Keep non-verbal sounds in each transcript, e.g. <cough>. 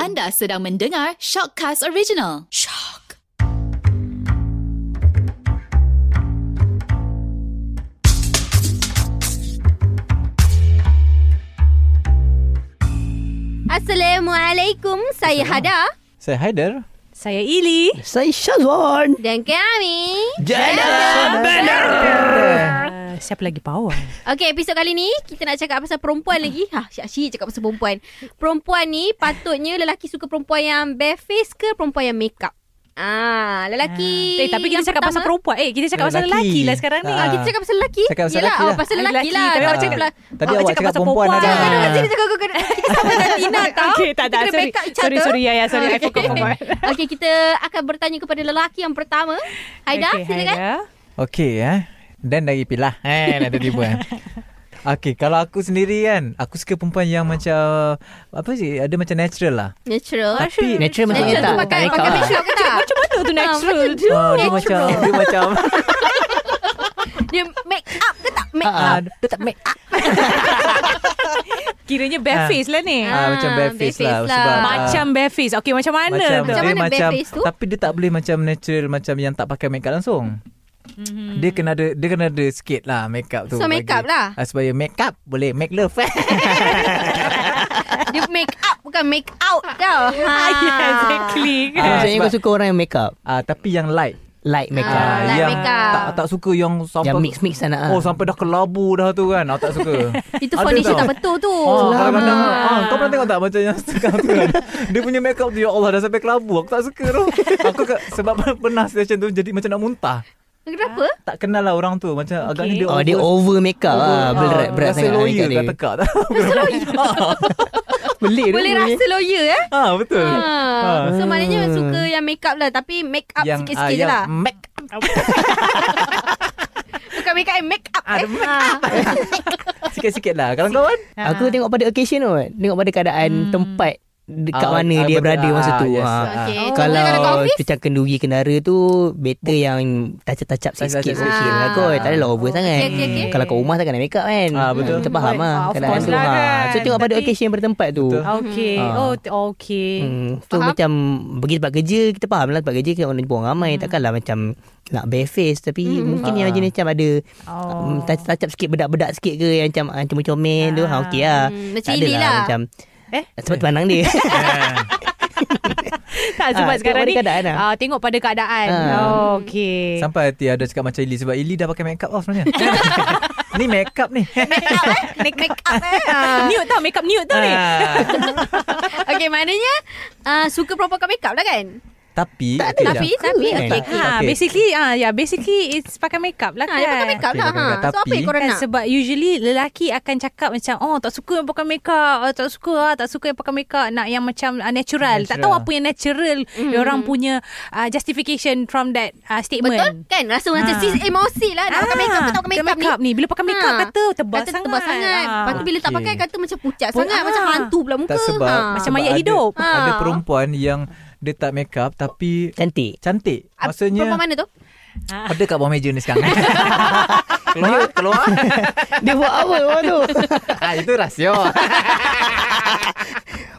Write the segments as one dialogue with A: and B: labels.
A: Anda sedang mendengar Shockcast Original.
B: Assalamualaikum. Saya Hada
C: Saya Haider.
D: Saya Ili.
E: Saya Syazwan
B: dan kami.
E: Jana
D: Uh, siapa lagi power?
B: Okey, episod kali ni kita nak cakap pasal perempuan lagi. Ha, asyik-asyik cakap pasal perempuan. Perempuan ni patutnya lelaki suka perempuan yang bare face ke perempuan yang make up. Ah, lelaki.
D: eh, tapi kita
B: yang
D: cakap pasal
B: pertama-
D: perempuan. Eh, kita cakap pasal
C: Lelaki.
D: lelaki lah sekarang ni.
C: Ah,
B: Kita cakap pasal lelaki.
C: Cakap pasal
B: Yelah,
C: lelaki
B: oh,
C: lah.
B: pasal lelaki,
D: Lelaki,
B: lah.
D: tapi awak cakap-
B: pula-
C: Tadi
D: Awak
C: awak
D: cakap
C: cakap
D: pasal
C: perempuan lah.
D: perempuan.
C: ada.
B: Jangan jangan, jangan cakap kau Kita sama dengan
D: <laughs>
B: Tina tau.
D: Ah. Okey, tak, tak.
B: Kita kena
D: Sorry.
B: backup each
D: Sorry,
B: other.
D: sorry, Yaya. Sorry, I
B: Okey.
D: forgot, forgot.
B: <laughs> Okey, kita akan bertanya kepada lelaki yang pertama.
E: Ah.
B: Haida,
D: Okey,
B: silakan.
D: Haida.
C: Okey eh. Dan dari pilah. Eh, nak tiba
B: <laughs>
C: eh. Okey, kalau aku sendiri kan, aku suka perempuan yang macam apa sih, ada macam natural lah.
B: Natural.
C: Tapi
E: Natural macam
B: Ah, Natural
E: tak
B: tu pakai
E: tak
B: pakai
E: make up
B: make up ke tak?
D: Macam mana tu
B: <laughs> macam
D: natural?
B: tu.
C: Ah, dia
B: Natural.
C: Ah, macam dia macam
B: Dia make up ke tak? <laughs> Make
C: Ah,
B: up. Dia tak make up.
D: Kiranya bare
C: Ah.
D: face lah ni.
C: ah, macam bare face
B: bare
C: lah,
B: face
C: sebab
B: lah.
C: ah,
D: Macam bare face. Okey, macam mana
C: macam,
D: tu?
B: Macam
C: dia
B: mana
C: macam
B: bare face tu?
C: tapi dia tak boleh macam natural macam yang tak pakai make up langsung. Dia kena ada dia kena ada sikit lah make up tu.
B: So, make up lah.
C: Ah, supaya make up boleh make
B: <laughs>
C: love.
B: Dia make up bukan make out tau. Ha.
D: <laughs> Ah, yeah,
E: <laughs>
D: exactly.
C: Ah,
E: Maksudnya
C: sebab-
E: kau suka orang yang make up
C: ah, tapi yang light.
E: Light make
B: Ah,
E: up
B: light
C: yang
B: make up.
C: tak tak suka yang sampai
E: Yang mix-mix sana ah.
C: Oh sampai dah kelabu dah tu kan. Aku tak suka.
B: <laughs> Itu
C: Ada
B: foundation
C: tau.
B: tak betul tu.
C: Oh, kadang-kadang ah, Kau pernah tengok tak Macam yang <laughs> sekarang tu kan Dia punya make up tu Ya Allah dah sampai kelabu Aku tak suka
B: <laughs>
C: tu Aku ke, sebab <laughs> pernah situation tu Jadi macam nak muntah
B: Kenapa?
C: Tak kenal lah orang tu Macam okay. agaknya dia
E: Oh dia over make up ah berat berat
C: sangat
E: sangat
C: Rasa lawyer
E: make
C: kat
E: up
C: tekak tak <laughs> Belik
B: Boleh rasa lawyer eh?
C: Ha betul
B: Ha.
C: Ah.
B: So maknanya suka yang make up lah Tapi make up
C: Yang ah,
B: sikit-sikit je
C: yang
B: lah
C: make up
B: Bukan make up eh, make
C: Ah,
B: up eh. Ha. <laughs>
C: Sikit-sikit lah Kalau kawan
E: dia. Aku tengok pada occasion tu Tengok pada keadaan tempat Dekat
C: Ah,
E: mana
C: ah,
E: dia
C: betul.
E: berada masa
C: Ah,
E: tu
C: yes.
E: Ah.
B: Okay.
C: Ah.
B: Oh, kalau kat
E: Kalau
B: office?
E: macam kenduri kendara tu Better
C: Oh.
E: yang Tacap-tacap
C: Touch-up
E: sikit-sikit
C: sikit.
E: Okey lah
B: Ah.
E: kot Tak adalah over sangat
B: okey, okey.
E: Kalau kat rumah takkan nak make up kan
C: Ah, betul.
E: Kita faham
D: Betul.
E: lah
D: Ah, of
E: keadaan
D: course
E: tu.
D: lah
E: Ah,
D: kan.
E: So tengok pada
D: Tapi-
E: occasion bertempat tu
C: Betul.
D: Okey.
E: Ah.
D: Oh, t- okey.
E: Hmm, tu
B: Faham?
E: macam pergi tempat kerja kita faham lah tempat kerja kita orang jumpa orang ramai takkanlah macam nak bare face tapi mungkin yang jenis macam ada
D: Oh.
E: um, tacap sikit bedak-bedak sikit ke yang macam ah, comel-comel tu ha okey lah.
B: Hmm, macam
E: Tak
B: Ili
E: adalah
B: lah.
E: Macam
D: Eh?
E: eh sebab tu pandang dia. <laughs>
D: Tak, sebab
E: Ah, tengok
D: sekarang
E: pada
D: ni
E: keadaan lah.
D: ah, tengok pada keadaan.
E: Ah.
D: Oh, okey.
C: Sampai hati ada cakap macam Ili Sebab Ili dah pakai make up lah sebenarnya Ni make up ni
B: Make up
C: <laughs>
B: eh. Make up eh. Ha.
D: Nude tau, makeup nude tau ni.
C: Ah.
B: Okay maknanya uh, Suka perempuan kat make up lah kan
C: Tapi
E: Tak
C: okey,
E: ada.
B: Tapi
C: jap.
B: Tapi
E: kan?
B: okay, okay.
D: Ha,
C: Okey.
D: basically ah ya yeah, basically it's pakai makeup lah
B: Ha,
D: kan.
B: dia pakai make up
C: Okey,
B: lah
C: pakai
B: ha.
C: make up.
B: So apa yang
C: Tapi-
B: korang
D: Kan
B: nak
D: sebab usually lelaki akan cakap macam oh tak suka yang pakai makeup, oh, tak suka ah tak suka yang pakai makeup, nak yang macam ah, natural. Tak
C: Natural.
D: tahu apa yang natural
B: Mm-hmm.
D: mm. orang punya ah, justification from that ah, statement.
B: Betul kan Rasa macam
D: Ha.
B: sis emosi lah Nak pakai make up Kau tak pakai make up ni
D: ni. Bila pakai make up
B: Ha.
D: kata tebal
B: kata
D: sangat.
B: tebal sangat.
D: Ah.
B: Lepas tu bila tak
C: Okey.
B: pakai kata macam pucat
D: Pun-
B: sangat,
D: ah.
B: macam hantu pula muka.
C: Tak sebab
B: Ha.
D: Macam
C: sebab
D: mayat
C: ada-
D: hidup.
C: Ada
B: Ha.
C: perempuan yang Dia tak make up Tapi
E: Cantik.
C: Cantik
B: Ah,
C: Maksudnya
B: perempuan mana tu?
C: Ada kat bawah meja ni sekarang Keluar Keluar
E: dia buat apa orang tu?
C: <laughs> ah, Itu rahsia
E: <laughs>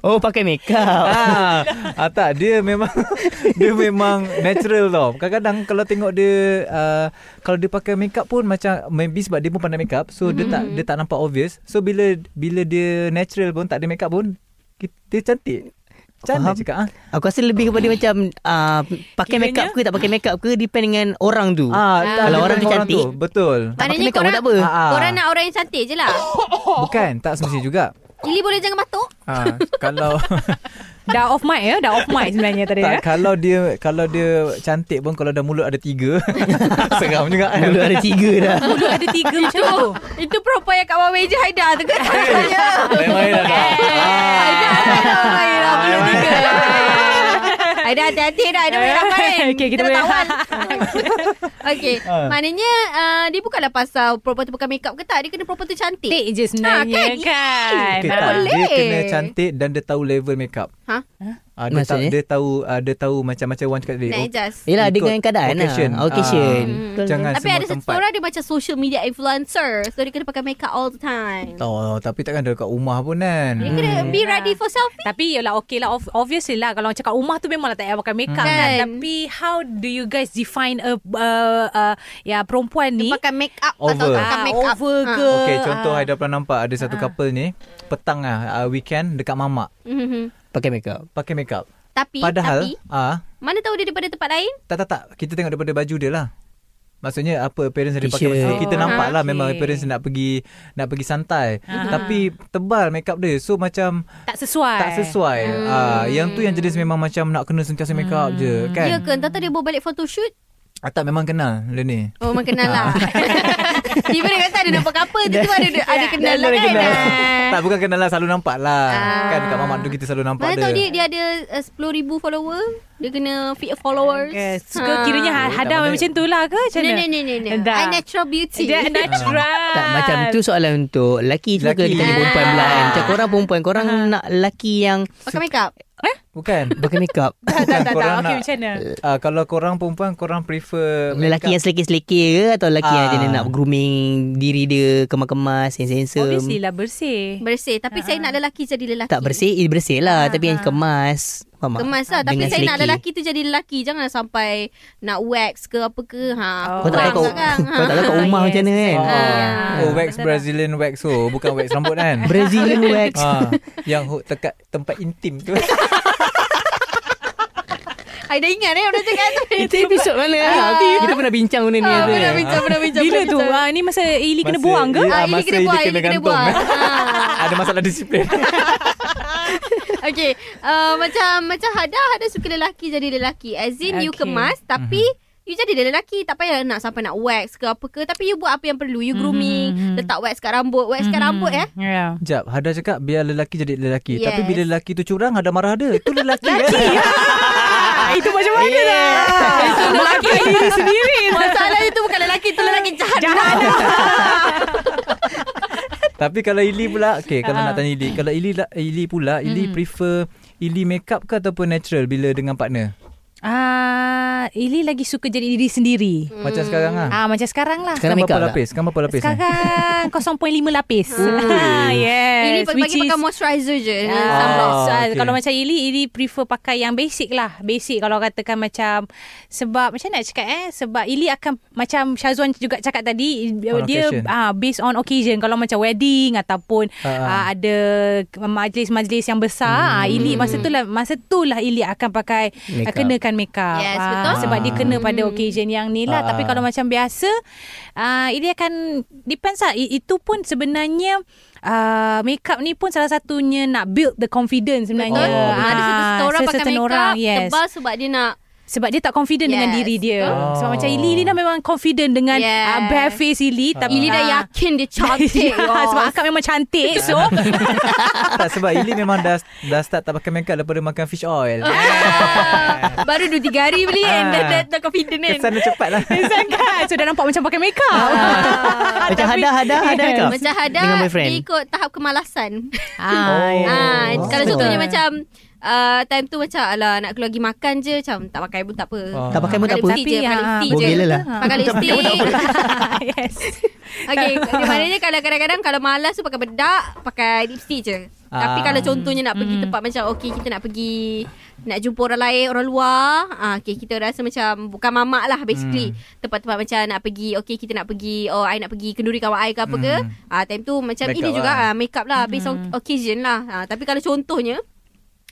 E: Oh pakai make up.
C: ah, <laughs> ah, Tak Dia memang <laughs> Dia memang Natural tau Kadang-kadang Kalau tengok dia uh, Kalau dia pakai makeup pun Macam Maybe sebab dia pun pandai makeup So dia
E: Mm-hmm.
C: tak Dia tak nampak obvious So bila Bila dia natural pun Tak ada makeup pun ki- Dia cantik Macam mana
E: Faham.
C: cakap ah?
E: Aku rasa lebih kepada macam ah, pakai make up ke tak pakai make up ke depend dengan orang tu. <laughs>
C: Ah, tak,
E: Kalau
C: dia
E: orang tu
C: tengok
E: cantik.
C: tu, Betul
E: Tak pakai
B: Maknanya
E: make up pun
B: korang,
E: tak apa.
C: Ah, ah.
B: korang nak orang yang cantik je
D: <laughs>
B: lah.
D: Oh.
E: Oh.
C: Bukan Tak semestinya juga
B: Ili boleh jangan batuk.
C: Ah,
E: <laughs>
C: kalau
D: Dah off mic ya, dah off mic sebenarnya tadi ya.
C: tak, kalau dia kalau dia cantik pun kalau dah mulut ada tiga <laughs> seram juga kan.
E: Mulut ada tiga <laughs> dah.
D: Mulut Oh, ada tiga macam tu.
B: Itu perempuan yang kat bawah meja Haida tu kan. Eh,
C: Main-main Eh, lah dah.
D: Ah. <laughs>
B: Haida. Haida, Haida, Haida, tiga. Haida hati-hati dah. Haida boleh ramai.
D: <laughs> Okey, kita
B: dah
D: boleh.
B: tawal. <laughs> Okey.
C: Ah.
B: Maknanya ah, dia bukanlah pasal perempuan tu pakai make up ke tak. Dia kena perempuan tu cantik.
D: Cantik je sebenarnya
B: Ah,
D: kan.
B: kan?
D: kan?
C: Okay,
B: tak
C: tak.
B: boleh.
C: Dia kena cantik dan dia tahu level makeup.
B: Ha?
C: Ah, Uh, dia, tahu,
E: Maksudnya?
C: dia tahu uh, dia tahu macam-macam orang cakap tadi.
B: Nak
C: Oh,
B: adjust
E: Yelah
C: Ikut
E: dengan keadaan
C: occasion.
E: lah. Occasion.
C: Ah,
E: Betul,
C: jangan
B: Tapi
C: semua
B: ada satu
C: tempat.
B: orang dia macam social media influencer So dia kena pakai makeup all the time
C: Oh, tapi takkan ada kat rumah pun kan.
B: Dia kena
D: Hmm.
B: be ready for selfie
D: Tapi yelah okay lah Ob- Obviously lah Kalau orang cakap rumah tu Memang lah tak payah pakai makeup
B: Hmm.
D: kan.
B: Kan.
D: Tapi how do you guys define a, uh, uh, Ya perempuan ni
B: Pakai makeup atau
C: Over.
B: tak pakai
D: Ah,
B: makeup Ha.
D: Over ke
C: Okey, contoh
D: Ah.
C: Haida pernah nampak ada satu couple ni petang ah uh, weekend dekat mamak
B: Mhm.
E: Pakai makeup.
C: pakai makeup.
B: Tapi
C: Padahal
B: Tapi
C: ah
B: Mana tahu dia daripada tempat lain
C: tak tak tak kita tengok daripada baju dia lah. Maksudnya apa parents dia pakai
E: T-shirt.
C: maksudnya kita
D: Oh,
C: nampak lah
D: okay.
C: memang parents nak pergi nak pergi santai.
D: Ah.
C: Tapi tebal makeup dia. So macam
D: Tak sesuai
C: tak sesuai. Hmm. Ah yang tu yang jenis memang macam nak kena sentiasa makeup je
B: kan? Ya
C: kan.
B: ke Entah tahu dia baru balik photoshoot
C: Ah, tak memang kenal dia ni.
B: Oh memang kenal <laughs> lah Tiba dia kata ada nampak couple Dia tu ada, ada kenal lah
C: Dia
B: kan
C: kenal.
B: Ah.
C: tak bukan kenal lah selalu nampak lah.
B: Ah.
C: Kan dekat mamak tu kita selalu nampak
B: Mana
C: dia.
B: tahu dia dia ada uh, 10,000 follower. Dia kena feed followers.
D: Yes. Suka kiranya ha-
C: Eh, tak
D: hadam
C: boleh.
D: macam tu lah ke Macam
B: No,
D: mana
B: no,
D: <laughs>
B: no, no, no.
D: Dah.
B: I natural beauty. <laughs>
D: Dia natural
E: Tak macam tu soalan untuk lelaki juga
C: Lelaki.
E: kita ni perempuan
C: Ah.
E: pula kan. Macam korang perempuan korang nak lelaki yang
B: Pakai makeup. <laughs>
C: Bukan.
E: pakai makeup.
D: Tak tak tak, tak.
C: kan Korang
D: Okay
C: nak-
D: macam mana
C: Ah kalau korang perempuan korang prefer
E: Lelaki yang selekeh-selekeh ke atau lelaki yang
C: Ah.
E: jenis nak grooming diri dia kemas-kemas,
D: Obviously
E: handsome.
D: lah bersih
B: Bersih. Tapi saya nak lelaki jadi lelaki.
E: Tak bersih, eh, bersih lah tapi yang kemas.
B: Ah,
E: Faham tak?
B: Kemas lah. Tapi
E: Dengan
B: saya nak
E: selekeh.
B: lelaki tu jadi lelaki. Jangan sampai nak wax ke apa ke. Ha,
D: Oh.
E: Kau tak tahu
B: kurang
E: kau,
B: sekarang.
E: kau tak tahu kat
D: Ah,
E: rumah macam mana kan.
C: Oh,
B: Ah.
C: oh wax Brazilian wax oh bukan wax rambut <laughs> kan.
E: Brazilian wax.
C: ah, yang hook dekat tempat intim tu.
B: I dah ingat eh orang cakap tu. <laughs>
E: Itu episod mana lah. Kita pernah bincang benda ni.
B: Ah,
E: tu.
B: Pernah bincang, pernah bincang.
D: Bila
B: pernah
D: tu
B: bincang.
D: ah, Ni masa Ili kena
C: Masa
D: buang ke
C: Ili-
B: Ah,
C: Ah,
B: <laughs> ini
C: masa
B: kena
C: ini
B: buang,
C: kena
B: ini kena
C: gantung. <laughs>
B: buang. Ah.
C: Ada masalah <laughs> disiplin.
B: Okay uh, Macam Macam Hada Hada suka lelaki Jadi lelaki As in okay. you
D: Okay.
B: kemas Tapi
D: Mhm.
B: mm-hmm. You jadi lelaki Tak payah nak sampai nak wax ke apa ke Tapi you buat apa yang perlu You
D: Mhm,
B: grooming mm-hmm. Letak wax kat rambut Wax mm-hmm. kat rambut eh
D: Yeah.
C: Jap, Hada cakap biar lelaki jadi lelaki. Yes.
B: Yes.
C: Tapi
B: ya.
C: bila lelaki tu curang, Hada marah dia. Itu lelaki kan?
D: Ah, itu macam
C: Eh.
D: mana yeah.
C: <laughs>
D: dah? Itu lelaki diri sendiri.
B: Masalah itu bukan lelaki Itu lelaki
D: <laughs>
B: jahat
D: Jahat dah.
C: Tapi kalau Ili pula, okay, kalau
B: Ah.
C: nak tanya Ili. Kalau Ili, la- Ili pula, Ili prefer Ili makeup ke ataupun natural bila dengan partner?
D: Ah, Ili lagi suka jadi diri sendiri.
B: Mm.
C: Macam sekarang lah.
D: Ah, macam sekarang lah.
E: Sekarang
C: berapa
E: makeup tak?
C: lapis? Sekarang berapa lapis? ni?
D: Sekarang <laughs> 0.5 lapis. Ah, yes.
B: Ini
D: Which
B: pagi-pagi
D: is-
B: pakai moisturizer je dengan
D: Ah,
B: sunblock.
D: so, ah,
C: okay.
D: Kalau macam Ili Ili prefer pakai yang basic lah Basic kalau katakan macam Sebab Macam nak cakap eh Sebab Ili akan Macam Syazwan juga cakap tadi
C: On
D: Dia
C: occasion.
D: ah, Based on occasion Kalau macam wedding Ataupun
C: Ah, Hmm. ah.
D: ah, Ada Majlis-majlis yang besar ah, Ili masa tu lah Masa tu lah Ili akan pakai
E: Makeup.
D: makeup. Kenakan makeup
B: Yes,
D: Ah,
B: betul.
D: Sebab dia
C: Ah.
D: kena pada occasion yang ni lah
C: Ah.
D: Tapi kalau macam biasa ah, Ili akan Depends lah I- Itu pun sebenarnya Uh, makeup ni pun salah satunya nak build the confidence sebenarnya.
B: Betul.
C: Oh,
B: Ah, ada satu satu orang pakai
D: sesetengah
B: makeup
D: orang, yes.
B: tebal sebab dia nak
D: Sebab dia tak confident yes. dengan
B: Yes,
D: diri dia.
C: betul.
D: Sebab macam Ili, Ili dah memang confident dengan
B: Yes.
D: yes. uh, bare face Ili. Tapi,
B: Ili dah
D: ah,
B: yakin
E: <laughs>
B: dia cantik.
D: <laughs>
B: Oh.
D: Ya, sebab akak memang cantik. So,
C: tak sebab Ili memang dah dah start tak pakai makeup daripada makan fish oil.
E: <laughs>
B: Ah, Baru 2-3 hari beli kan
E: Ah.
B: Dah, dah, dah confident kan
C: Kesana cepat
B: <laughs>
C: lah.
D: sangka. kan. So, dah nampak macam pakai makeup. <laughs>
E: Macam
D: Tapi-
E: Hada, Hada, Hada
D: Yes.
E: makeup.
B: Macam Hada
E: Dengan boyfriend.
B: Dia ikut tahap kemalasan
C: Oh.
D: Ah,
B: Ah,
C: Oh.
B: kalau
E: Betul.
B: contohnya macam uh, time tu macam alah nak keluar pergi makan je macam tak pakai pun tak apa.
C: Ah.
E: Oh. Tak pakai pun tak apa.
B: Pakai lipstick je,
D: Tapi,
B: pakai
D: ah,
B: lipstick je.
E: Boleh <laughs> lah.
B: Pakai lipstick.
D: <laughs> yes.
B: Okey, dia maknanya kalau kadang-kadang kalau malas tu pakai bedak, pakai lipstick je. Tapi
C: Ah.
B: kalau contohnya nak pergi tempat macam okey kita nak pergi nak jumpa orang lain, orang luar, ah okey kita rasa macam bukan mamak lah basically.
C: Hmm.
B: Tempat-tempat macam nak pergi okey kita nak pergi oh I nak pergi kenduri kawan I ke apa ke. Ah time tu macam
C: Hmm. Makeup
B: ini juga
C: lah.
B: ah makeup lah based on occasion lah. Ah tapi kalau contohnya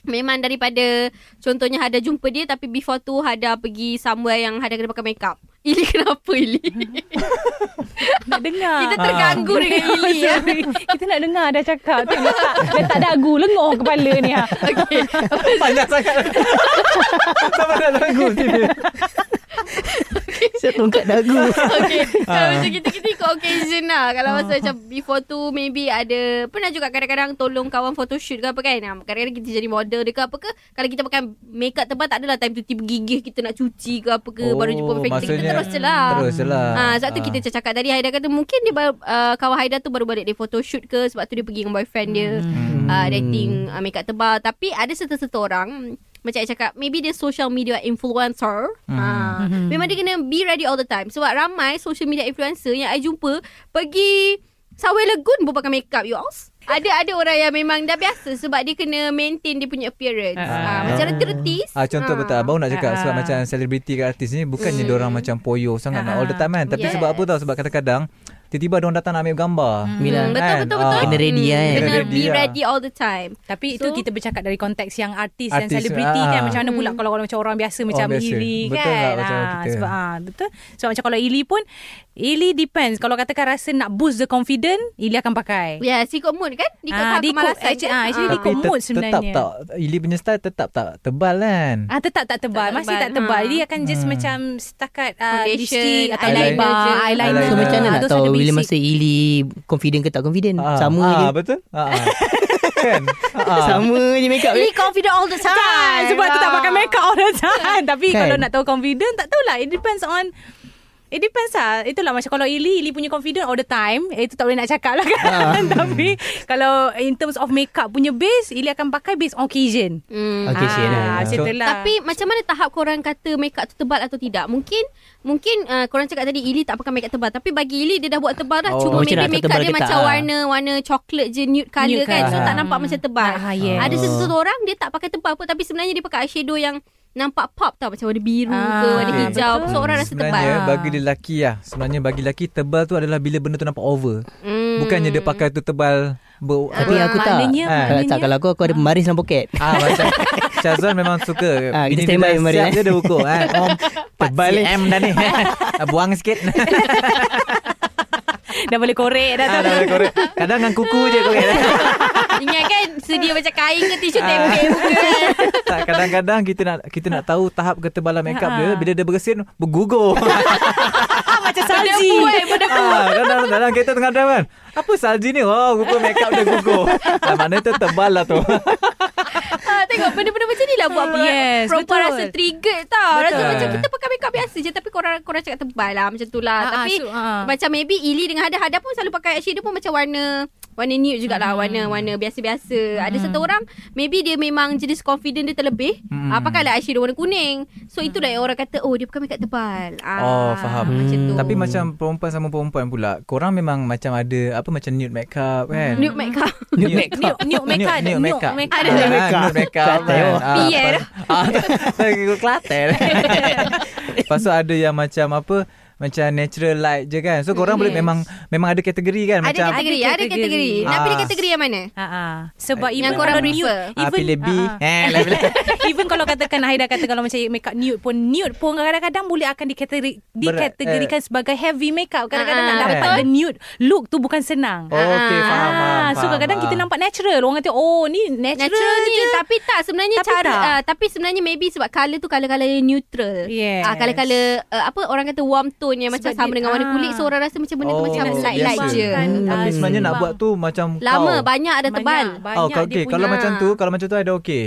B: Memang daripada Contohnya Hada jumpa dia Tapi before tu Hada pergi somewhere Yang Hada kena pakai makeup <laughs> Ili kenapa Ili?
C: <laughs>
D: Nak dengar. Ah.
B: Kita terganggu dengan Ili ya.
D: <laughs> Sorry. Kita nak dengar dah cakap. Tengok letak, letak dagu lengoh kepala ni. Ha.
B: Okay
C: Panjang sangat. Sampai nak lagu sini.
E: Saya tongkat dagu.
B: Ah,
C: <laughs>
B: Okay Kalau
C: Ah.
B: macam kita Kita ikut occasion lah Kalau masa macam Before tu Maybe ada Pernah juga kadang-kadang Tolong kawan photoshoot ke apa kan Ah, Kadang-kadang kita jadi model dia ke apa ke Kalau kita pakai makeup tebal Tak adalah time tu tiba gigih Kita nak cuci ke apa ke
C: Oh,
B: Baru jumpa perfect Kita
C: maksudnya-
B: terus je lah
C: Terus je lah.
B: Ah, sebab tu kita macam cakap tadi Haida kata mungkin dia baru- uh, kawan Haida tu baru balik dari photoshoot ke
C: Ah.
B: Ah, sebab tu dia pergi dengan boyfriend dia. Hmm. Uh, dating uh, makeup tebal tapi ada satu-satu orang macam I cakap maybe dia social media influencer. Hmm. Ha. Memang dia kena be ready all the time sebab ramai social media influencer yang I jumpa pergi Sawai Lagoon pun pakai makeup you all. Ada ada orang yang memang dah biasa sebab dia kena maintain dia punya appearance.
D: Ah.
B: Ha. Macam artis.
C: Ah contoh betul abang nak cakap sebab
D: Ah.
C: macam selebriti ke artis ni bukannya dia orang macam poyo sangat nak
D: Ah.
C: all the time kan tapi
B: Hmm. Yes.
C: sebab apa tau sebab kadang-kadang tiba-tiba dia orang datang nak ambil gambar.
E: Mila.
B: Hmm, betul,
C: Kan?
B: betul, betul.
C: Ah.
E: Kena ready,
B: Hmm,
E: kan?
B: Kena
C: Kena
B: be
C: ready, ah.
B: ready all the time.
D: Tapi itu
B: So-
D: kita bercakap dari konteks yang artis,
C: Artis,
D: dan selebriti
C: ah.
D: kan macam mana pula kalau orang macam orang biasa macam
C: biasa.
D: Ili
C: Betul
D: kan.
C: tak macam
D: Ah,
C: kita?
D: sebab ah betul. Sebab macam kalau Ili pun Ili depends. Kalau katakan rasa nak boost the confident, Ili akan pakai.
B: Yes, ikut mood kan? Ikut ha,
D: Ah, dia ikut-
B: kemalasan.
D: actually- ah, actually
C: Tapi
D: dia ikut
C: te-
D: mood
C: Tetap
D: sebenarnya.
C: tak Ili punya style tetap tak tebal kan.
D: Ah tetap tak tebal,
B: Tak
D: masih
B: tebal,
D: tak tebal.
B: ha.
D: Dia akan just macam setakat ah,
B: Foundation,
D: lipstick atau
C: eyeliner
D: eyeliner,
B: je.
C: Ah,
D: eyeliner.
E: So macam
B: lah.
D: Ah,
E: mana nak
D: those are
E: tahu
D: the
E: bila
D: basic.
E: masa Ili confident ke tak confident?
C: Ah,
E: Sama
C: ah,
E: je.
C: betul? Ah,
B: <laughs>
C: ah. kan? Ah, ah.
E: Sama je makeup dia.
B: Really confident all the time.
D: Kan Sebab tu tak
B: Hmm.
D: pakai make up all the time Tapi
E: Kan?
D: kan? kalau nak tahu confident Tak tahulah It depends on It depends lah Itulah macam kalau Ili Ili punya confident all the time eh, Itu tak boleh nak cakap lah kan <laughs> Tapi Kalau in terms of makeup punya base Ili akan pakai based on occasion
B: Hmm.
E: Okay, Occasion, ah.
D: Macam
C: So-
D: tu lah
B: Tapi macam mana tahap korang kata makeup tu tebal atau tidak? Mungkin mungkin uh, korang cakap tadi Ili tak pakai makeup tebal tapi bagi Ili dia dah buat tebal dah.
C: Oh,
B: Oh, Cuma
E: macam
B: maybe
E: nak tak
B: makeup
E: tebal
B: dia
E: ke tak,
B: macam
E: ah.
B: warna warna coklat je nude color
D: Nude
B: kan. So
C: colour.
B: tak nampak macam tebal.
D: Ah, yes.
B: Ada
E: Oh.
B: sesuatu orang dia tak pakai tebal pun tapi sebenarnya dia pakai eyeshadow yang nampak pop tau macam warna biru
D: Ah,
B: ke warna
C: okay.
B: hijau. So orang rasa tebal.
C: Sebenarnya
D: tebal.
C: bagi lelaki lah Sebenarnya bagi lelaki Tebal tu adalah Bila benda tu nampak over
B: Hmm.
C: Bukannya dia pakai tu tebal ber,
E: Tapi
C: apa-
E: aku tak.
D: maknanya-
E: Ah, Kalau tak
D: maknanya-
E: kalau aku aku ada pemaris dalam poket.
C: Ah macam Syazwan memang suka
E: Ah, kita
C: Bini
E: standby
C: dia
E: memang
C: siap
E: dia.
C: je dia ukur eh. Om Tebal M dah ni <laughs> Ah, Buang sikit
D: Dah boleh korek dah
C: Ah,
D: tu
C: dah boleh korek. Kadang dengan kuku je korek
B: Ingat kan sedia macam kain
C: <laughs>
B: ke
C: Ah.
B: tisu tempel muka kan.
C: Tak kadang-kadang kita nak kita nak tahu tahap ketebalan makeup dia bila dia bersin bergugur.
D: <laughs> Macam salji
B: Buat benda
C: ah, kan dalam, dalam kereta tengah drive kan. Apa salji ni? Oh, rupa makeup dia gugur. Ah, mana tu tebal lah tu.
B: Ah, tengok benda-benda macam ni lah buat
D: Yes,
B: yes, perempuan
D: betul.
B: rasa triggered tau. Betul. Rasa
C: Betul.
B: macam kita pakai makeup biasa je tapi korang korang cakap tebal lah macam tu
D: Ah,
B: lah.
D: ah,
B: tapi
D: so, ah.
B: macam maybe Ili dengan Hada Hada pun selalu pakai eyeshadow pun macam warna warna nude jugalah hmm. warna warna biasa-biasa. Hmm. Ada satu orang maybe dia memang jenis confident dia terlebih. Hmm.
C: Hmm.
B: Ah, pakailah eyeshadow warna kuning. So itulah yang orang kata oh dia pakai makeup tebal. Ah,
C: Oh, faham.
B: Macam tu.
C: Tapi macam perempuan sama perempuan pula, korang memang macam ada apa macam nude makeup kan?
B: nude
C: <laughs>
B: makeup.
E: Nude makeup.
D: Nude makeup
C: Nude
D: Nude
C: makeup.
D: makeup.
C: Ah,
B: Ada
C: nude
E: makeup.
C: makeup.
E: Kelate, oh.
B: Biar.
C: Ah, <laughs> saya ikut Kelate. <laughs> Lepas tu ada yang macam apa macam natural light je kan. So korang boleh memang memang ada kategori kan
B: Ada
C: macam
B: kategori,
D: Ada
B: ada kategori.
D: kategori.
B: Nak pilih
C: Ah.
B: kategori yang mana?
D: Ah, ah. Sebab
B: Yang
D: even
B: korang
D: kalau
B: prefer.
D: nude,
C: ah, pilih B.
D: ah, ah.
C: Eh, lah pilih.
D: <laughs> Even kalau katakan Haida kata kalau macam makeup nude pun nude pun kadang-kadang boleh akan dikategori,
C: Berat, eh.
D: dikategorikan sebagai heavy makeup. Kadang-kadang
B: Ah,
C: ah,
D: nak dapat
C: betul.
D: the nude look tu bukan senang.
C: Oh, okay,
B: Ah,
C: faham, faham,
D: so
C: faham,
D: kadang-kadang kita
C: faham.
D: nampak natural. Orang kata oh ni natural,
B: natural ni
D: je.
B: tapi tak sebenarnya
D: Tapi
B: tapi cara
D: tak.
B: tak. Uh, tapi sebenarnya maybe sebab color tu color-color yang neutral.
D: Yes.
B: Ah uh, color-color uh, apa orang kata warm tone yang macam
D: Sebab
B: sama
D: dia-
B: dengan warna
D: ah.
B: kulit so orang rasa macam benda tu
C: Oh,
B: macam
C: nak
B: light-light
C: seimbang
B: je.
D: kan.
E: Hmm.
D: Ah,
C: Tapi sebenarnya nak
D: seimbang.
C: buat tu macam
B: Lama
C: kau.
B: banyak ada tebal.
D: Banyak, banyak
C: Oh, kau
D: dia
C: okay.
D: punya.
C: Kalau
B: punya.
C: macam tu, kalau macam tu ada okey.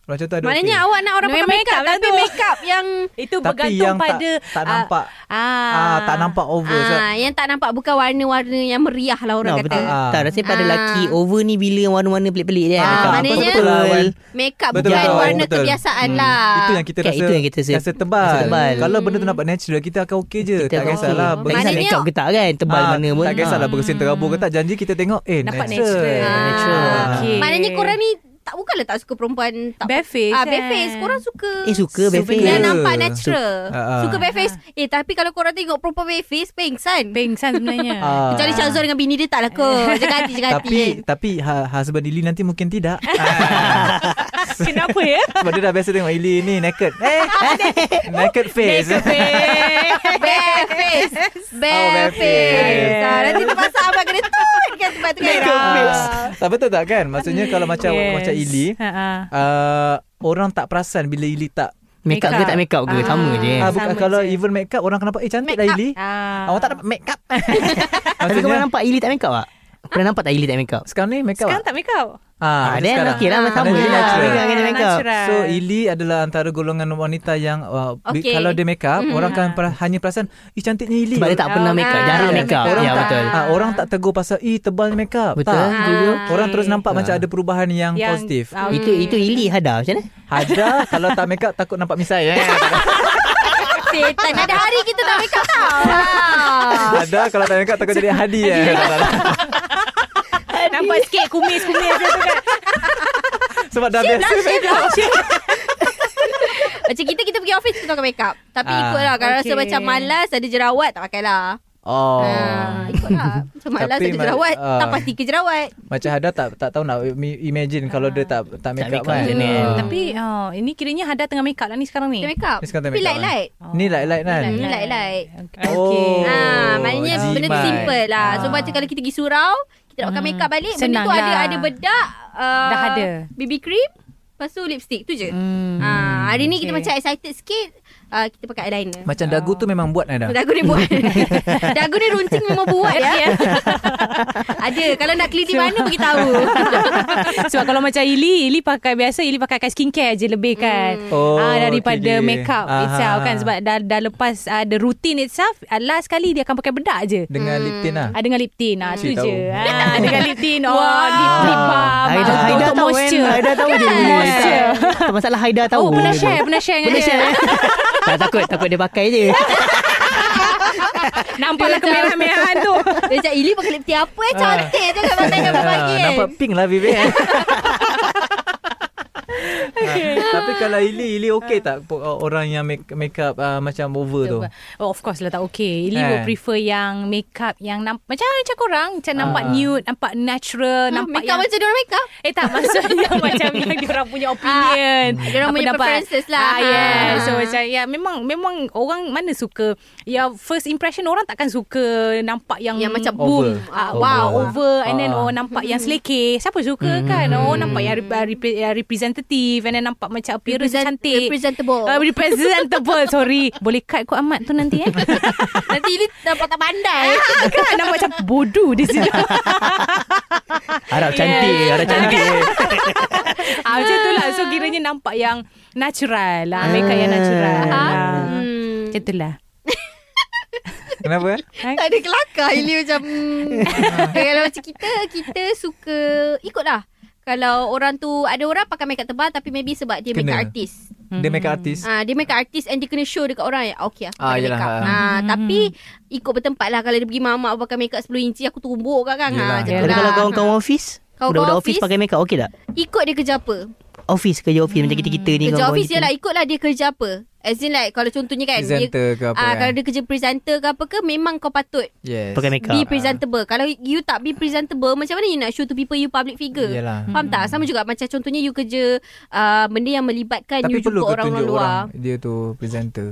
C: Kalau macam tu ada
B: Maknanya
C: okey.
B: awak nak orang
D: No
B: pakai
D: makeup
B: makeup
D: lah
B: tapi
D: tu.
B: makeup yang
D: itu
C: tapi
D: bergantung
C: yang
D: pada
C: tak, tak nampak
D: <laughs> ah,
C: ah, tak nampak over so,
B: ah yang tak nampak bukan warna-warna yang meriah lah orang
E: No,
B: kata.
E: betul.
C: Ah.
E: Tak, rasanya pada
B: Ah.
E: laki over ni bila yang warna-warna pelik-pelik dia.
B: Ah,
E: macam
B: maknanya-
E: purple.
C: Betul lah,
B: Makeup
C: Betul,
B: bukan
C: betul,
B: warna
C: betul.
B: kebiasaan
C: Hmm.
B: lah.
C: Itu yang kita
E: Kan,
C: rasa
E: itu yang kita rasa-
C: rasa tebal.
E: rasa tebal.
C: Kalau benda tu nampak natural Kita akan okey je
E: Kita
C: Ya, Tak
E: okey.
C: kisahlah
E: Tak kisah
B: Maknanya-
E: makeup ke tak kan. Tebal
C: Ah,
E: mana pun. Hmm.
C: Tak kisahlah bersin terabur ke tak Janji kita tengok Eh
D: Nampak natural.
C: natural.
E: Natural.
B: Ah,
D: Okey.
B: Maknanya korang ni tak bukanlah tak suka perempuan tak
D: Bare face,
B: Ah,
D: kan?
B: bare face. Korang suka.
E: Eh, suka bare face.
B: Yang
C: Ya.
B: nampak natural.
C: Su- Ah, ah.
B: Suka bare face. Eh, tapi kalau korang tengok proper bare face, pengsan.
D: pengsan sebenarnya.
C: <laughs> Ah.
B: Kecuali Syazwan dengan bini dia tak <laughs> lah kot. Jaga hati, jaga hati.
E: eh.
C: Tapi Tapi ha- husband Ili nanti mungkin tidak
D: <laughs>
C: Ah,
D: Kenapa ya?
C: Sebab dia dah biasa tengok Ili ni Naked Eh <laughs> Naked <laughs> face
B: Bare face. Bare
C: Oh, bare
B: face.
C: face.
B: Ah, nanti terpaksa abang kena tun kan tempat tu kan.
C: Ah, Tak betul tak kan Maksudnya kalau macam Macam Ili
D: Ha, ha.
C: uh, Orang tak perasan Bila Ili tak
E: Makeup ke tak makeup ke.
D: Ah.
E: Sama je. kan?
C: yeah,
D: Ah,
C: uh, bukan,
D: sama
C: Kalau
D: je.
C: even make up Orang kenapa Eh cantik
B: Make
C: lah
B: up.
C: Ili
D: Ah.
C: Awak tak dapat make up
E: Tapi kau
C: <laughs> Maksudnya
E: nampak Ili tak makeup tak? Pernah nampak tak Ili tak make up?
C: Sekarang ni makeup
D: Sekarang tak make up.
E: Ah, then okey
D: Ah,
E: lah macam sama
C: Then
E: lah.
C: natural.
E: Tapi kena make up.
D: Natural.
C: So Ili adalah antara golongan wanita yang uh,
B: Okey.
C: okay. kalau dia make up mm. orang kan per- hanya perasan ih cantiknya Ili.
E: Sebab dia tak
D: Oh,
E: pernah make up,
D: ah,
E: jarang
D: tak
E: make up.
D: make
E: Ya
D: up.
E: betul.
C: Ah, orang tak tegur pasal ih tebalnya make up.
E: Betul,
C: Tak.
E: setuju.
C: Orang terus nampak
E: Ah.
C: macam ada perubahan yang, yang positif.
D: ah,
E: Itu itu Ili hada macam mana?
C: Hada kalau tak make up takut nampak misai. Eh.
B: Setan
E: <laughs>
B: ada hari kita tak make up
C: <laughs>
B: tau. Ah.
C: Hada kalau tak make up takut jadi hadi. Eh.
D: Nampak sikit
E: <laughs>
D: kumis-kumis dia tu kan.
C: Sebab dah biasa make up.
B: Macam kita kita pergi office kita tak pakai make up. Tapi
C: Ah,
B: ikutlah kalau rasa
D: okay.
B: macam malas ada jerawat tak pakailah.
C: Oh.
B: Ah, ikutlah. Macam malas
C: Tapi
B: ada
C: ma-
B: jerawat
C: ah.
B: tak pasti ke jerawat.
C: Macam Hada tak tak tahu nak mi- imagine kalau dia tak tak make up
E: make up
C: kan.
E: macam ni.
C: Ah.
D: Tapi oh, ini kiranya Hada tengah make up lah ni sekarang ni.
B: Dia make up.
C: Dia sekarang tak
B: Tapi
C: make up,
B: light light.
C: Ni light-light kan.
B: Ni light light.
D: Okay.
C: Oh.
B: Ah, maknanya
C: jimat.
B: benda tu simple lah. So
C: Ah.
B: macam kalau kita pergi surau, kita nak pakai make up balik,
D: Hmm,
B: benda
D: Senang
B: tu ada
D: lah.
B: ada bedak, uh,
D: Dah ada.
B: BB cream, lepas tu lipstick tu je.
D: Hmm.
B: Ah, hari ni kita
D: Okay.
B: macam excited sikit, ah, kita pakai eyeliner.
C: Macam dagu tu memang buat Nada.
B: <laughs> Dagu ni
C: <laughs>
B: buat Dagu ni runcing memang buat ya. <laughs> Ada Kalau nak keliti mana beritahu
D: <laughs> Sebab kalau macam Ili Ili pakai biasa Ili pakai kat skincare je lebih kan
C: Hmm. Oh,
D: ah,
C: okey.
D: Daripada make up
C: Aha.
D: itself kan Sebab dah, dah lepas uh, The routine itself uh, Last kali dia akan pakai bedak je
C: Dengan
B: Hmm.
C: lip tint lah.
D: Ah, dengan lip tint ah, tu
C: Cik tahu.
D: je
C: <laughs>
D: ah, Dengan lip tint oh,
B: Wah.
D: Lip, lip balm
E: Haida,
D: ah,
E: Haida
D: Untuk
E: tahu kan
D: moisture
E: Haida
D: <laughs>
E: tahu dia
D: Kan?
E: moisture Tak masalah Haida tahu
D: Oh pernah share Pernah share dengan
E: Pernah
D: dia
E: share eh? <laughs> Tak takut Takut dia pakai je
D: Nampaklah
B: Dia macam-
D: kemerah-merahan tu
B: <laughs> Dia macam Ili pakai lipstick apa eh Cantik je kat pantai kat pagi
C: Ah,
B: kan
C: Nampak pink lah bibir
B: <laughs>
C: eh. okay. Tapi kalau Ili Ili okey tak po- orang yang make make up uh, macam over tu.
D: <laughs> Oh, of course lah tak okay Ili
C: Eh.
D: will prefer yang make up Yang namp- macam macam korang Macam nampak
C: Ah.
D: nude Nampak natural
B: Ah, Make
D: Nampak
B: up <laughs>
D: yang
B: macam diorang make up
D: Eh tak
B: <laughs>
D: maksudnya macam yang diorang punya opinion.
B: Ah, diorang
D: apa
B: punya
D: dapat.
B: preferences lah.
D: Ah, yeah.
B: Ah.
D: So macam ya memang memang orang mana suka ya first impression orang takkan suka nampak yang
B: Yang macam
C: Over.
D: boom. Ah,
C: Over.
D: wow, over and then
C: Ah. Hmm,
D: oh nampak yang selekeh. Siapa suka kan? Oh nampak yang rep- rep- yang representative and then nampak macam appearance
B: Represent-
D: cantik.
B: representable.
D: Ah, representable. Sorry. Boleh cut kot amat tu nanti eh.
B: <laughs> Nanti Ili nampak tak pandai
D: <laughs> Ah, <laughs> kan nampak macam bodoh di situ.
E: Harap cantik Harap cantik <laughs>
D: ah, macam tu lah. So kiranya nampak yang natural lah. Makeup yang natural.
E: Faham?
D: Ah.
B: Hmm.
D: Macam tu lah.
C: Kenapa?
B: Tak ada kelakar Ili macam hmm. Kalau macam kita Kita suka Ikutlah kalau orang tu Ada orang pakai makeup tebal Tapi maybe sebab dia
C: Kena.
B: makeup artist
C: Dia make up artist.
B: Ah, dia makeup artist and dia kena show dekat orang. Ya, Okay, aku
C: Ah,
B: pakai
C: yelah,
B: makeup.
C: ah.
B: Ah, tapi ikut bertempat lah. Kalau dia pergi mamak pakai makeup 10 inci, aku tumbuk kat kan.
C: Yelah,
B: Ha, macam tu
E: Tapi
B: lah.
E: kalau kawan-kawan office
B: Kawan-kawan
E: Budak-budak office
B: office.
E: pakai make up okey tak?
B: Ikut dia kerja apa?
E: Office kerja office Macam kita-kita
B: Kerja
E: ni kawan-kawan
B: office lah.
E: kita.
B: ialah ikutlah dia kerja apa. As in like kalau contohnya kan.
C: Presenter
B: dia,
C: ke apa
B: ah,
C: kan?
B: Kalau dia kerja presenter ke apa ke, memang kau patut
C: Yes.
E: Pakai make up
B: be presentable. Kalau you tak be presentable, macam mana you nak show to people you public figure? Hmm.
C: Yelah.
B: Faham tak? Sama juga macam contohnya you kerja uh, benda yang melibatkan
C: Tapi
B: you
C: perlu
B: jumpa
C: ke
B: orang-orang
C: tunjuk
B: luar.
C: orang dia tu presenter.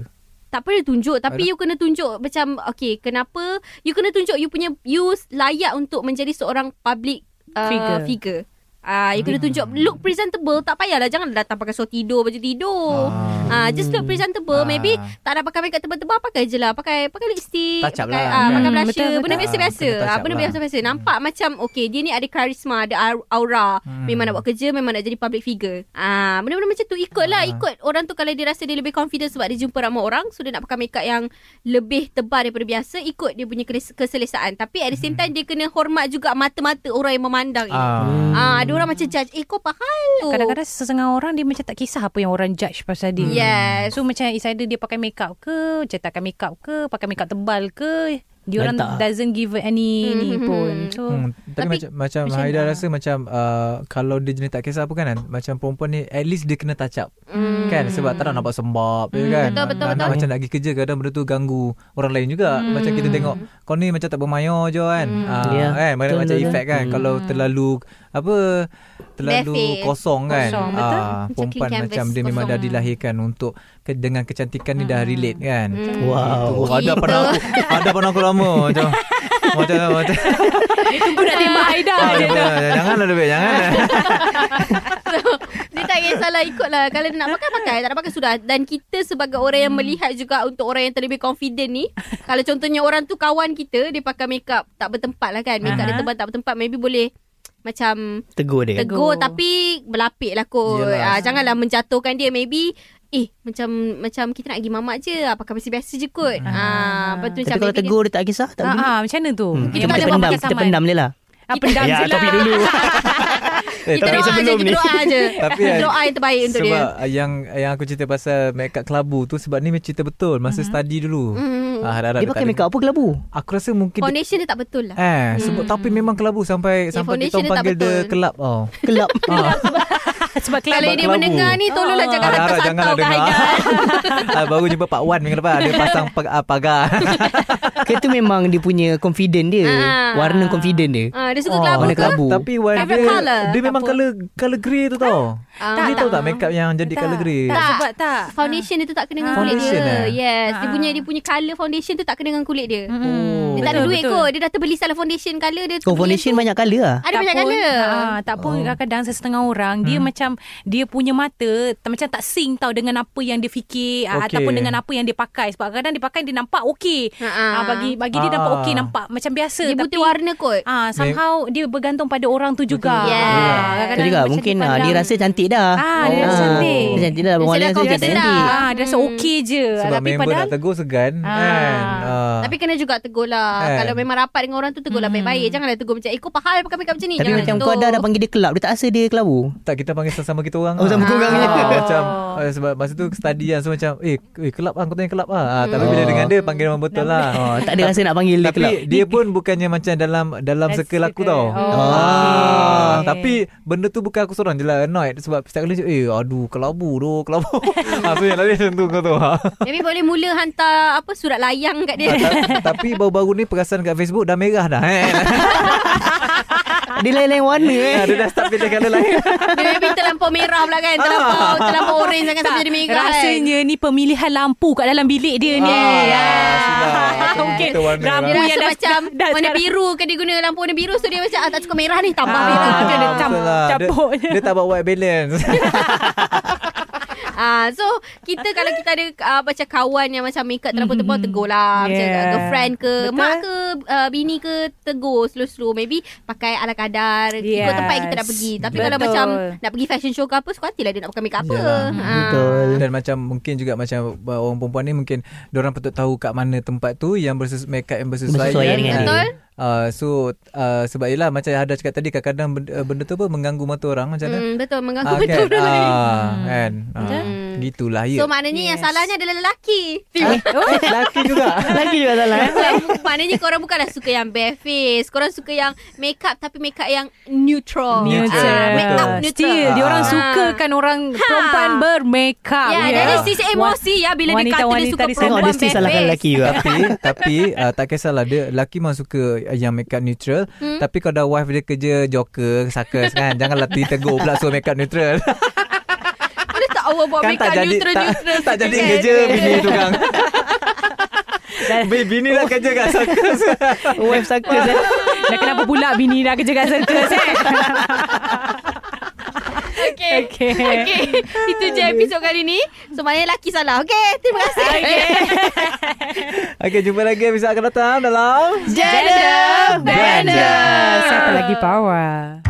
B: tak perlu tunjuk tapi
C: Ada.
B: you kena tunjuk macam okay kenapa you kena tunjuk you punya you layak untuk menjadi seorang public uh,
D: Figure.
B: figure. figure. Ah, you kena tunjuk look presentable. Tak payahlah jangan datang pakai suruh tidur baju tidur. Ah, just look presentable.
C: Ah.
B: Maybe tak nak pakai makeup tebal-tebal pakai je lah. Pakai pakai lipstick,
C: Touch up
B: pakai
C: lah.
B: ah,
C: Hmm,
B: pakai blusher,
D: betul, betul.
B: benda
C: Ah,
B: biasa-biasa.
C: kena touch
B: Ah,
C: up
B: benda
C: lah.
B: biasa-biasa. Nampak macam okay dia ni ada karisma, ada ar- aura. Memang nak buat kerja, memang nak jadi public figure. Ah, benda-benda macam tu ikutlah, ikut orang tu kalau dia rasa dia lebih confident sebab dia jumpa ramai orang, so dia nak pakai makeup yang lebih tebal daripada biasa, ikut dia punya keles- keselesaan. Tapi at the same time dia kena hormat juga mata-mata orang yang memandang. Ah,
C: Ah.
B: ah ada orang macam judge, "Eh kau pahal tu."
D: Kadang-kadang sesengah orang dia macam tak kisah apa yang orang judge pasal dia.
B: Yes.
D: So macam it's either dia pakai make up ke, macam tak pakai make up ke, pakai make up tebal ke, dia orang
E: Lantak.
D: doesn't give any ni
B: Mhm.
D: pun. So
C: Hmm, tapi,
B: Tapi-
C: macam macam
D: macam
C: Haida
D: mana?
C: rasa macam uh, kalau dia jenis tak kisah apa kan kan, macam perempuan ni at least dia kena touch up.
B: Hmm.
C: Kan sebab tak nak nampak sembab je kan.
B: betul, betul,
C: tak nak
B: betul. Hmm.
C: macam nak pergi kerja kadang benda tu ganggu orang lain juga. Macam kita tengok kau ni macam tak bermayor je kan. Ah,
E: Ya,
C: kan macam,
E: betul,
C: macam
E: betul.
C: efek kan kalau
B: Hmm.
C: terlalu apa terlalu
B: Barefaced.
C: kosong kan.
D: Kosong,
C: Ah,
D: betul.
B: Macam
C: perempuan
B: clean canvas,
C: macam dia memang dah
B: kosong. Hmm.
C: dilahirkan untuk ke, dengan kecantikan ni dah relate kan.
E: Wow
C: Oh, ada
B: Gitu.
C: pernah aku, ada pernah aku lama macam macam macam.
D: aku nak tembak Aida.
B: <laughs>
C: Eh, Ah, janganlah lebih janganlah.
B: Dia tak tak kisahlah ikutlah. Kalau nak pakai pakai, tak nak pakai sudah. Dan kita sebagai orang yang melihat juga untuk orang yang terlebih confident ni, kalau contohnya orang tu kawan kita, dia pakai makeup tak bertempat lah kan. Makeup uh-huh. dia
D: Aha.
B: tempat tak bertempat, maybe boleh macam
E: Tegur dia. kan?
B: tegur
D: Tegur.
B: tapi berlapik lah kot. Ah,
C: Yelah.
B: janganlah menjatuhkan dia. Maybe Eh macam macam kita nak pergi mamak je ah, Pakai besi biasa je kot ah, Lepas tu
E: Tapi
B: macam
E: kalau
B: maybe dia-
E: tegur dia tak kisah, tak
D: Ah,
E: boleh.
D: ah, macam mana tu?
E: Hmm.
D: Yang
E: Kita
B: tak
D: boleh
B: ada
E: pendam,
D: pakai
E: kita
D: saman.
E: pendam dia lah.
D: Ah, pendam je lah.
E: topik dulu.
C: Eh,
B: Kita doa je Kita doa je
C: Tapi,
B: Kita doa yang terbaik untuk
C: sebab
B: dia
C: Sebab yang yang aku cerita pasal makeup kelabu tu sebab ni cerita betul masa mm-hmm. study dulu.
B: Mm.
C: Ah, harap-harap
E: Dia pakai
C: tak ada-
E: makeup apa kelabu?
C: Aku rasa mungkin dia,
B: Foundation dia tak betul lah
C: eh sebab tapi memang kelabu sampai
B: Ya,
C: sampai
B: foundation
C: kita
B: dia
C: orang
B: tak
C: panggil dia
B: betul.
C: kelab oh.
E: Kelab.
C: Ah,
D: <laughs> Sebab kelab.
B: Kalau dia
C: kelabu.
B: mendengar ni Tolonglah
D: Ah.
B: jangan
C: harap-harap
B: hantar-hantar
C: janganlah
B: kat
C: dengar.
B: Haidar
C: <laughs> ah, baru jumpa Pak Wan minggu lepas dia pasang pag- ah, pagar.
E: Dia tu memang dia punya confident dia.
B: Ah.
E: Warna confident dia.
B: Ah, Dia suka
C: <laughs>
E: Oh,
B: kelabu
E: warna
B: ke?
E: kelabu.
C: Tapi warna
B: Favorite
C: dia
B: colour,
C: dia
B: tak
C: memang
B: apa.
C: color color grey tu tau.
B: Ah,
C: Dia tahu tak makeup yang jadi
D: Tak,
C: color grey?
D: Tak,
B: Tak.
D: sebab tak.
B: Foundation dia tu tak kena dengan kulit
C: Foundation,
B: dia
C: eh?
B: Yes Dia
D: Ah.
B: punya dia punya colour foundation tu tak kena dengan kulit dia
C: Oh.
B: Dia tak ada
D: Betul,
B: duit
D: betul.
B: kot Dia dah terbeli salah foundation colour dia
E: Kau
B: terbeli
E: foundation
B: tu.
E: banyak colour lah.
B: Ada banyak
D: pun,
B: colour
D: ah, Tak pun kadang-kadang Sesetengah orang Dia macam Dia punya mata tak- Macam tak sync tau Dengan apa yang dia fikir okay.
C: Okey.
D: Ataupun dengan apa yang dia pakai Sebab kadang dia pakai Dia nampak okey
B: Ha, ha.
D: ah, Bagi bagi dia
C: Ah.
D: nampak okey Nampak macam biasa
B: Dia
D: Tapi
B: butuh warna kot
D: ah, Somehow Dia bergantung pada orang tu
B: Betul.
D: juga
B: Yeah.
D: Ah,
E: Itu
D: kadang-kadang
E: juga
D: macam
E: mungkin ah, dia
D: pandang-
E: rasa cantik dah.
D: Ah, dia rasa
E: Ah,
D: cantik.
E: Dia cantik dah.
B: Dia
E: Orang
B: sedar
E: lain rasa dia tak
B: confident
E: cantik.
B: lah.
D: ah, Dia rasa
B: Hmm.
D: okey je
C: Sebab
D: Tapi
C: member
D: padahal
C: nak tegur segan
D: Ah.
C: kan. Ah.
B: Tapi kena juga tegur lah
C: Eh.
B: Kalau memang rapat dengan orang tu Tegur lah
D: Mm.
B: baik-baik Janganlah tegur macam Eh kau pahal pakai makeup macam ni
E: Tapi
B: Jangan
E: macam
B: tegur.
E: kau dah dah panggil dia kelab Dia tak rasa dia kelabu
C: tak kita panggil sama-sama kita orang.
E: Oh, sama
C: lah.
E: korang je. <laughs>
C: Ah, macam eh, sebab masa tu study kan so macam eh, eh kelab ah kau tanya kelab ah. ah tapi bila
E: Oh.
C: dengan dia panggil nama betul lah.
E: oh, <laughs> Tak ada rasa nak panggil dia lah.
C: Tapi
E: kelab
C: dia pun bukannya macam dalam dalam
D: Dalam
C: circle aku
D: circle.
C: tau.
D: Oh,
C: Ah,
D: okay.
C: tapi benda tu bukan aku seorang je lah annoyed sebab setiap kali eh aduh kelabu doh kelabu. <laughs> ah, so yang lain macam tu kau tahu. Ah.
B: Maybe boleh mula hantar apa surat layang kat
C: <laughs>
B: dia.
C: Ah, ta- tapi baru-baru ni perasan kat Facebook dah merah dah. Eh. <laughs>
E: Dia lain-lain warna eh
C: Ah, dia
E: <laughs>
C: dah start pilih colour lain.
B: Dia maybe terlampau merah pula kan. Terlampau terlampau orange jangan sampai jadi merah.
D: Rasanya ni pemilihan lampu kat dalam bilik dia ni.
C: Ah,
D: <laughs>
C: sudah.
D: Mungkin
C: Kita warna
D: lampu
B: kan. Dia rasa
D: yang dah,
B: macam
D: dah,
B: warna
D: dah,
B: biru ke dia guna lampu warna biru so dia macam ah, tak cukup merah ni tambah
D: Ah.
B: merah.
D: dia ada
C: betul
D: cam-
C: lah.
D: caput je.
C: dia, dia tak buat white balance
B: Ah so kita kalau kita ada ah, macam kawan yang macam makeup terlampau tebal tegur lah yeah. macam
D: Mm-hmm. Yeah.
B: girlfriend ke
D: Betul.
B: mak ke ah, bini ke tegur slow-slow maybe pakai ala kadar ikut
D: Yes.
B: tempat yang kita nak pergi tapi kalau
D: Betul.
B: macam nak pergi fashion show ke apa suka hatilah dia nak pakai makeup apa.
C: Yalah.
B: Ah.
E: Betul
C: Dan macam mungkin juga Macam uh, orang perempuan ni Mungkin Diorang patut tahu Kat mana tempat tu Yang berses Makeup yang bersesuaian
E: Bersesuaian dengan
B: dia. Betul.
C: uh, So uh, Sebab yelah Macam Hada cakap tadi Kadang-kadang benda, uh, benda tu apa Mengganggu mata orang Macam mana
B: Hmm, betul mengganggu
C: Ah,
B: <laughs> betul.
C: kan? Ah, kan? Ah,
B: Hmm.
C: Gitulah ya
B: So maknanya yes. yang salahnya adalah lelaki. Tiba.
C: Eh, Lelaki juga
E: Lagi juga salah eh
B: maknanya korang bukanlah suka yang bare face. Korang suka yang make up tapi make up yang neutral.
C: Neutral,
B: Ah, make up neutral.
C: betul.
D: Oh,
B: Ha.
D: Still, dia orang
C: Ah.
D: sukakan orang perempuan bermakeup.
B: Ya, yeah, yeah.
D: Ya.
B: dari sisi emosi ya bila wanita, dia kata dia suka
D: Wanita-wanita di sana.
E: Tengok
B: perempuan <laughs>
E: dia
B: bare
E: still
B: face.
E: salahkan lelaki
C: <laughs>
E: juga
C: tapi tapi uh, tak kisahlah dia lelaki memang suka yang makeup neutral hmm? tapi kalau dah wife dia kerja joker suckers kan janganlah ditegur pula suruh makeup neutral
B: Boleh tak awak buat
C: kan
B: make
C: tak
B: up
C: jadi tak,
B: neutral-neutral?
C: tak
B: sikit
C: jadi
B: kan?
C: kerja bini tukang. Babe, bini lah kerja kat circus.
E: Web suckers eh
D: Dah kenapa pula bini dah kerja kat <laughs> circus eh?
B: <laughs> Okay.
D: Okay.
B: okay. Itu je episod kali ni. So maknanya lelaki salah. Okay. Terima kasih. Okay.
C: okay, jumpa lagi episod akan datang dalam
B: Gender
D: Bender. Siapa lagi power?